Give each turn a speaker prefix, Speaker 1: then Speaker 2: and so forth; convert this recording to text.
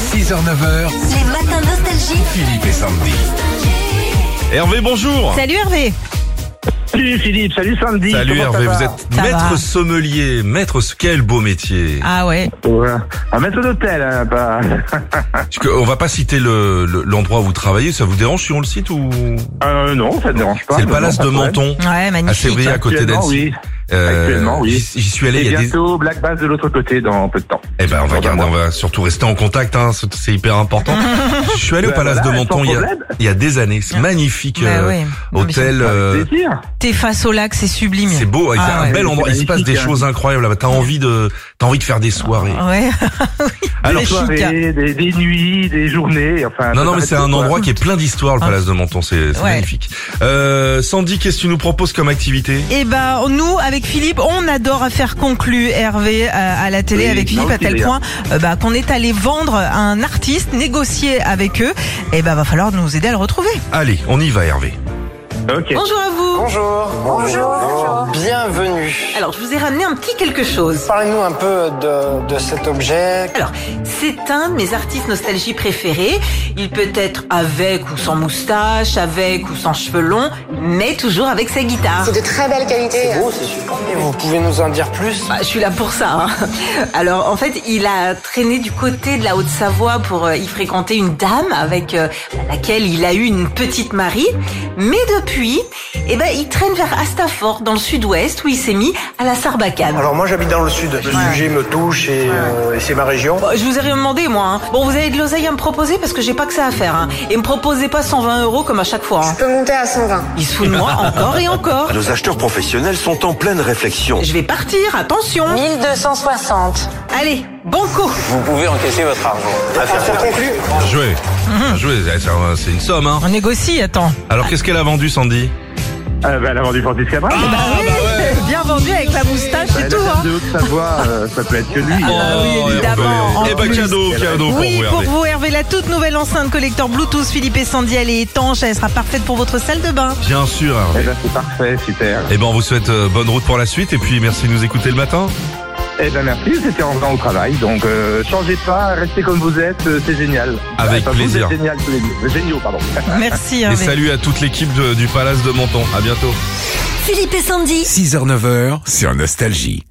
Speaker 1: 6h-9h,
Speaker 2: Les matins nostalgiques.
Speaker 1: Philippe et Sandy.
Speaker 3: Hervé, bonjour
Speaker 4: Salut Hervé
Speaker 5: Salut Philippe, salut Sandy.
Speaker 3: Salut
Speaker 5: comment
Speaker 3: Hervé,
Speaker 5: ça va
Speaker 3: vous êtes
Speaker 4: Ça
Speaker 3: maître
Speaker 4: va.
Speaker 3: sommelier, maître, quel beau métier
Speaker 4: Ah ouais,
Speaker 5: Ouais, Un maître d'hôtel, hein, pas...
Speaker 3: Parce que On va pas citer le- le- l'endroit où vous travaillez, ça vous dérange si on le cite ou...
Speaker 5: Euh, non, ça ne dérange pas.
Speaker 3: C'est le
Speaker 5: non,
Speaker 3: palace
Speaker 5: non,
Speaker 3: de
Speaker 5: pas problème.
Speaker 3: Menton,
Speaker 4: ouais,
Speaker 3: à
Speaker 4: magnifique.
Speaker 3: Sévrier, à côté
Speaker 5: Actuellement,
Speaker 3: d'Annecy.
Speaker 5: oui. Actuellement, oui. Eh
Speaker 3: J'y j'y suis allé
Speaker 5: Et
Speaker 3: il y a des...
Speaker 5: bientôt Black Bass de l'autre côté dans peu de temps.
Speaker 3: Eh ben, on va,
Speaker 5: Dans un
Speaker 3: garder,
Speaker 5: mois.
Speaker 3: on va surtout rester en contact, hein, c'est c'est hyper important. Je suis allé au
Speaker 5: Ben
Speaker 3: palace
Speaker 5: voilà,
Speaker 3: de Menton
Speaker 5: sans
Speaker 3: il y, a,
Speaker 5: problème.
Speaker 3: il y a des années. C'est magnifique
Speaker 4: Bah
Speaker 3: euh,
Speaker 4: ouais. Non, mais
Speaker 3: hôtel. euh,
Speaker 5: Avec plaisir.
Speaker 4: T'es face au lac, c'est sublime.
Speaker 3: c'est beau, c'est un
Speaker 4: Ah ouais.
Speaker 3: bel
Speaker 5: Oui,
Speaker 3: endroit.
Speaker 5: c'est
Speaker 3: Il se passe des
Speaker 5: magnifique, hein.
Speaker 3: choses incroyables. là-bas. T'as envie de, t'as envie de faire
Speaker 4: Ah.
Speaker 3: des soirées.
Speaker 4: Ouais.
Speaker 3: Alors,
Speaker 5: des
Speaker 4: toi-
Speaker 5: soirées, des, des nuits, des journées, enfin.
Speaker 3: Non, non, mais
Speaker 5: Ah, ça s'arrête
Speaker 3: c'est
Speaker 5: pas,
Speaker 3: un
Speaker 5: quoi.
Speaker 3: endroit qui est plein d'histoire, le
Speaker 4: Ah.
Speaker 3: Palace de Menton, c'est c'est
Speaker 4: Ouais.
Speaker 3: magnifique. Euh, Sandy, qu'est-ce que tu nous proposes comme activité
Speaker 4: Et ben nous avec Philippe, on adore à faire conclu Hervé euh, à la télé
Speaker 5: Oui,
Speaker 4: avec Philippe
Speaker 5: moi
Speaker 4: à tel
Speaker 5: aussi,
Speaker 4: point euh, bah, qu'on est allé vendre à un artiste, négocier avec eux. Et ben va falloir nous aider à le retrouver.
Speaker 3: Allez, on y va, Hervé.
Speaker 5: Ok.
Speaker 4: Bonjour à vous.
Speaker 6: Bonjour. Bonjour. Bienvenue.
Speaker 4: Alors je vous ai ramené un petit quelque chose.
Speaker 6: Parlez-nous un peu de, de cet objet.
Speaker 4: Alors, c'est un de mes artistes nostalgie préférés. Il peut être avec ou sans moustache, avec ou sans cheveux longs, mais toujours avec sa guitare.
Speaker 7: C'est de très belle qualité.
Speaker 6: Et vous pouvez nous en dire plus
Speaker 4: Bah, je suis là pour ça. hein. Alors en fait, il a traîné du côté de la Haute-Savoie pour euh, y fréquenter une dame avec euh, laquelle il a eu une petite Marie. Mais depuis, eh ben, il traîne vers Astafort dans le sud-ouest où il s'est mis à la Sarbacane.
Speaker 6: Alors moi j'habite dans le sud. Le sujet me touche et, euh, et c'est ma région.
Speaker 4: Bon, je vous ai rien demandé, moi. hein. Bon, vous avez de l'oseille à me proposer parce que j'ai pas que ça à faire. hein. Et me proposez pas 120 euros comme à chaque fois. hein.
Speaker 7: Je peux monter à 120.
Speaker 4: Il se fout de moi encore et encore.
Speaker 8: Nos acheteurs professionnels sont en pleine réflexion.
Speaker 4: Je vais partir, attention.
Speaker 7: 1260.
Speaker 4: Allez, banco.
Speaker 9: Vous pouvez encaisser votre argent.
Speaker 6: Affaire conclue.
Speaker 3: Bien Joué. Bien Joué, c'est un- c'est une somme, hein.
Speaker 4: On négocie, attends.
Speaker 3: Alors, qu'est-ce qu'elle a vendu, Sandy
Speaker 5: Euh, bah, la vente du Francis Cabral.
Speaker 3: Ah, bah
Speaker 4: Bien vendu avec la moustache
Speaker 5: Bah,
Speaker 4: et
Speaker 5: la
Speaker 4: Ah, tout.
Speaker 5: dame
Speaker 4: hein.
Speaker 5: de Haute-Savoie, euh, ça peut être que lui.
Speaker 4: Ah oui,
Speaker 3: Oh, Hervé.
Speaker 4: évidemment, en
Speaker 3: Eh ben,
Speaker 4: plus.
Speaker 3: cadeau, cadeau pour
Speaker 4: Oui,
Speaker 3: vous,
Speaker 4: pour
Speaker 3: Hervé.
Speaker 4: vous, Hervé, la toute nouvelle enceinte collector Bluetooth Philippe et Sandy, elle est étanche, elle sera parfaite pour votre salle de bain.
Speaker 3: Bien sûr,
Speaker 5: Eh
Speaker 3: Hervé.
Speaker 5: ben, c'est parfait, super.
Speaker 3: Eh ben, on vous souhaite euh, bonne route pour la suite et puis merci de nous écouter le matin.
Speaker 5: Eh ben, merci, c'était en venant au travail. Donc, euh, changez pas, restez comme vous êtes, euh, c'est génial.
Speaker 3: Avec
Speaker 5: Enfin, vous
Speaker 3: plaisir.
Speaker 5: êtes génial tous les deux. Géniaux, pardon.
Speaker 4: Merci,
Speaker 3: Et
Speaker 4: Hervé.
Speaker 3: salut à toute l'équipe de- du Palace de Menton. À bientôt.
Speaker 2: Philippe et Sandy.
Speaker 1: 6h-9h sur Nostalgie.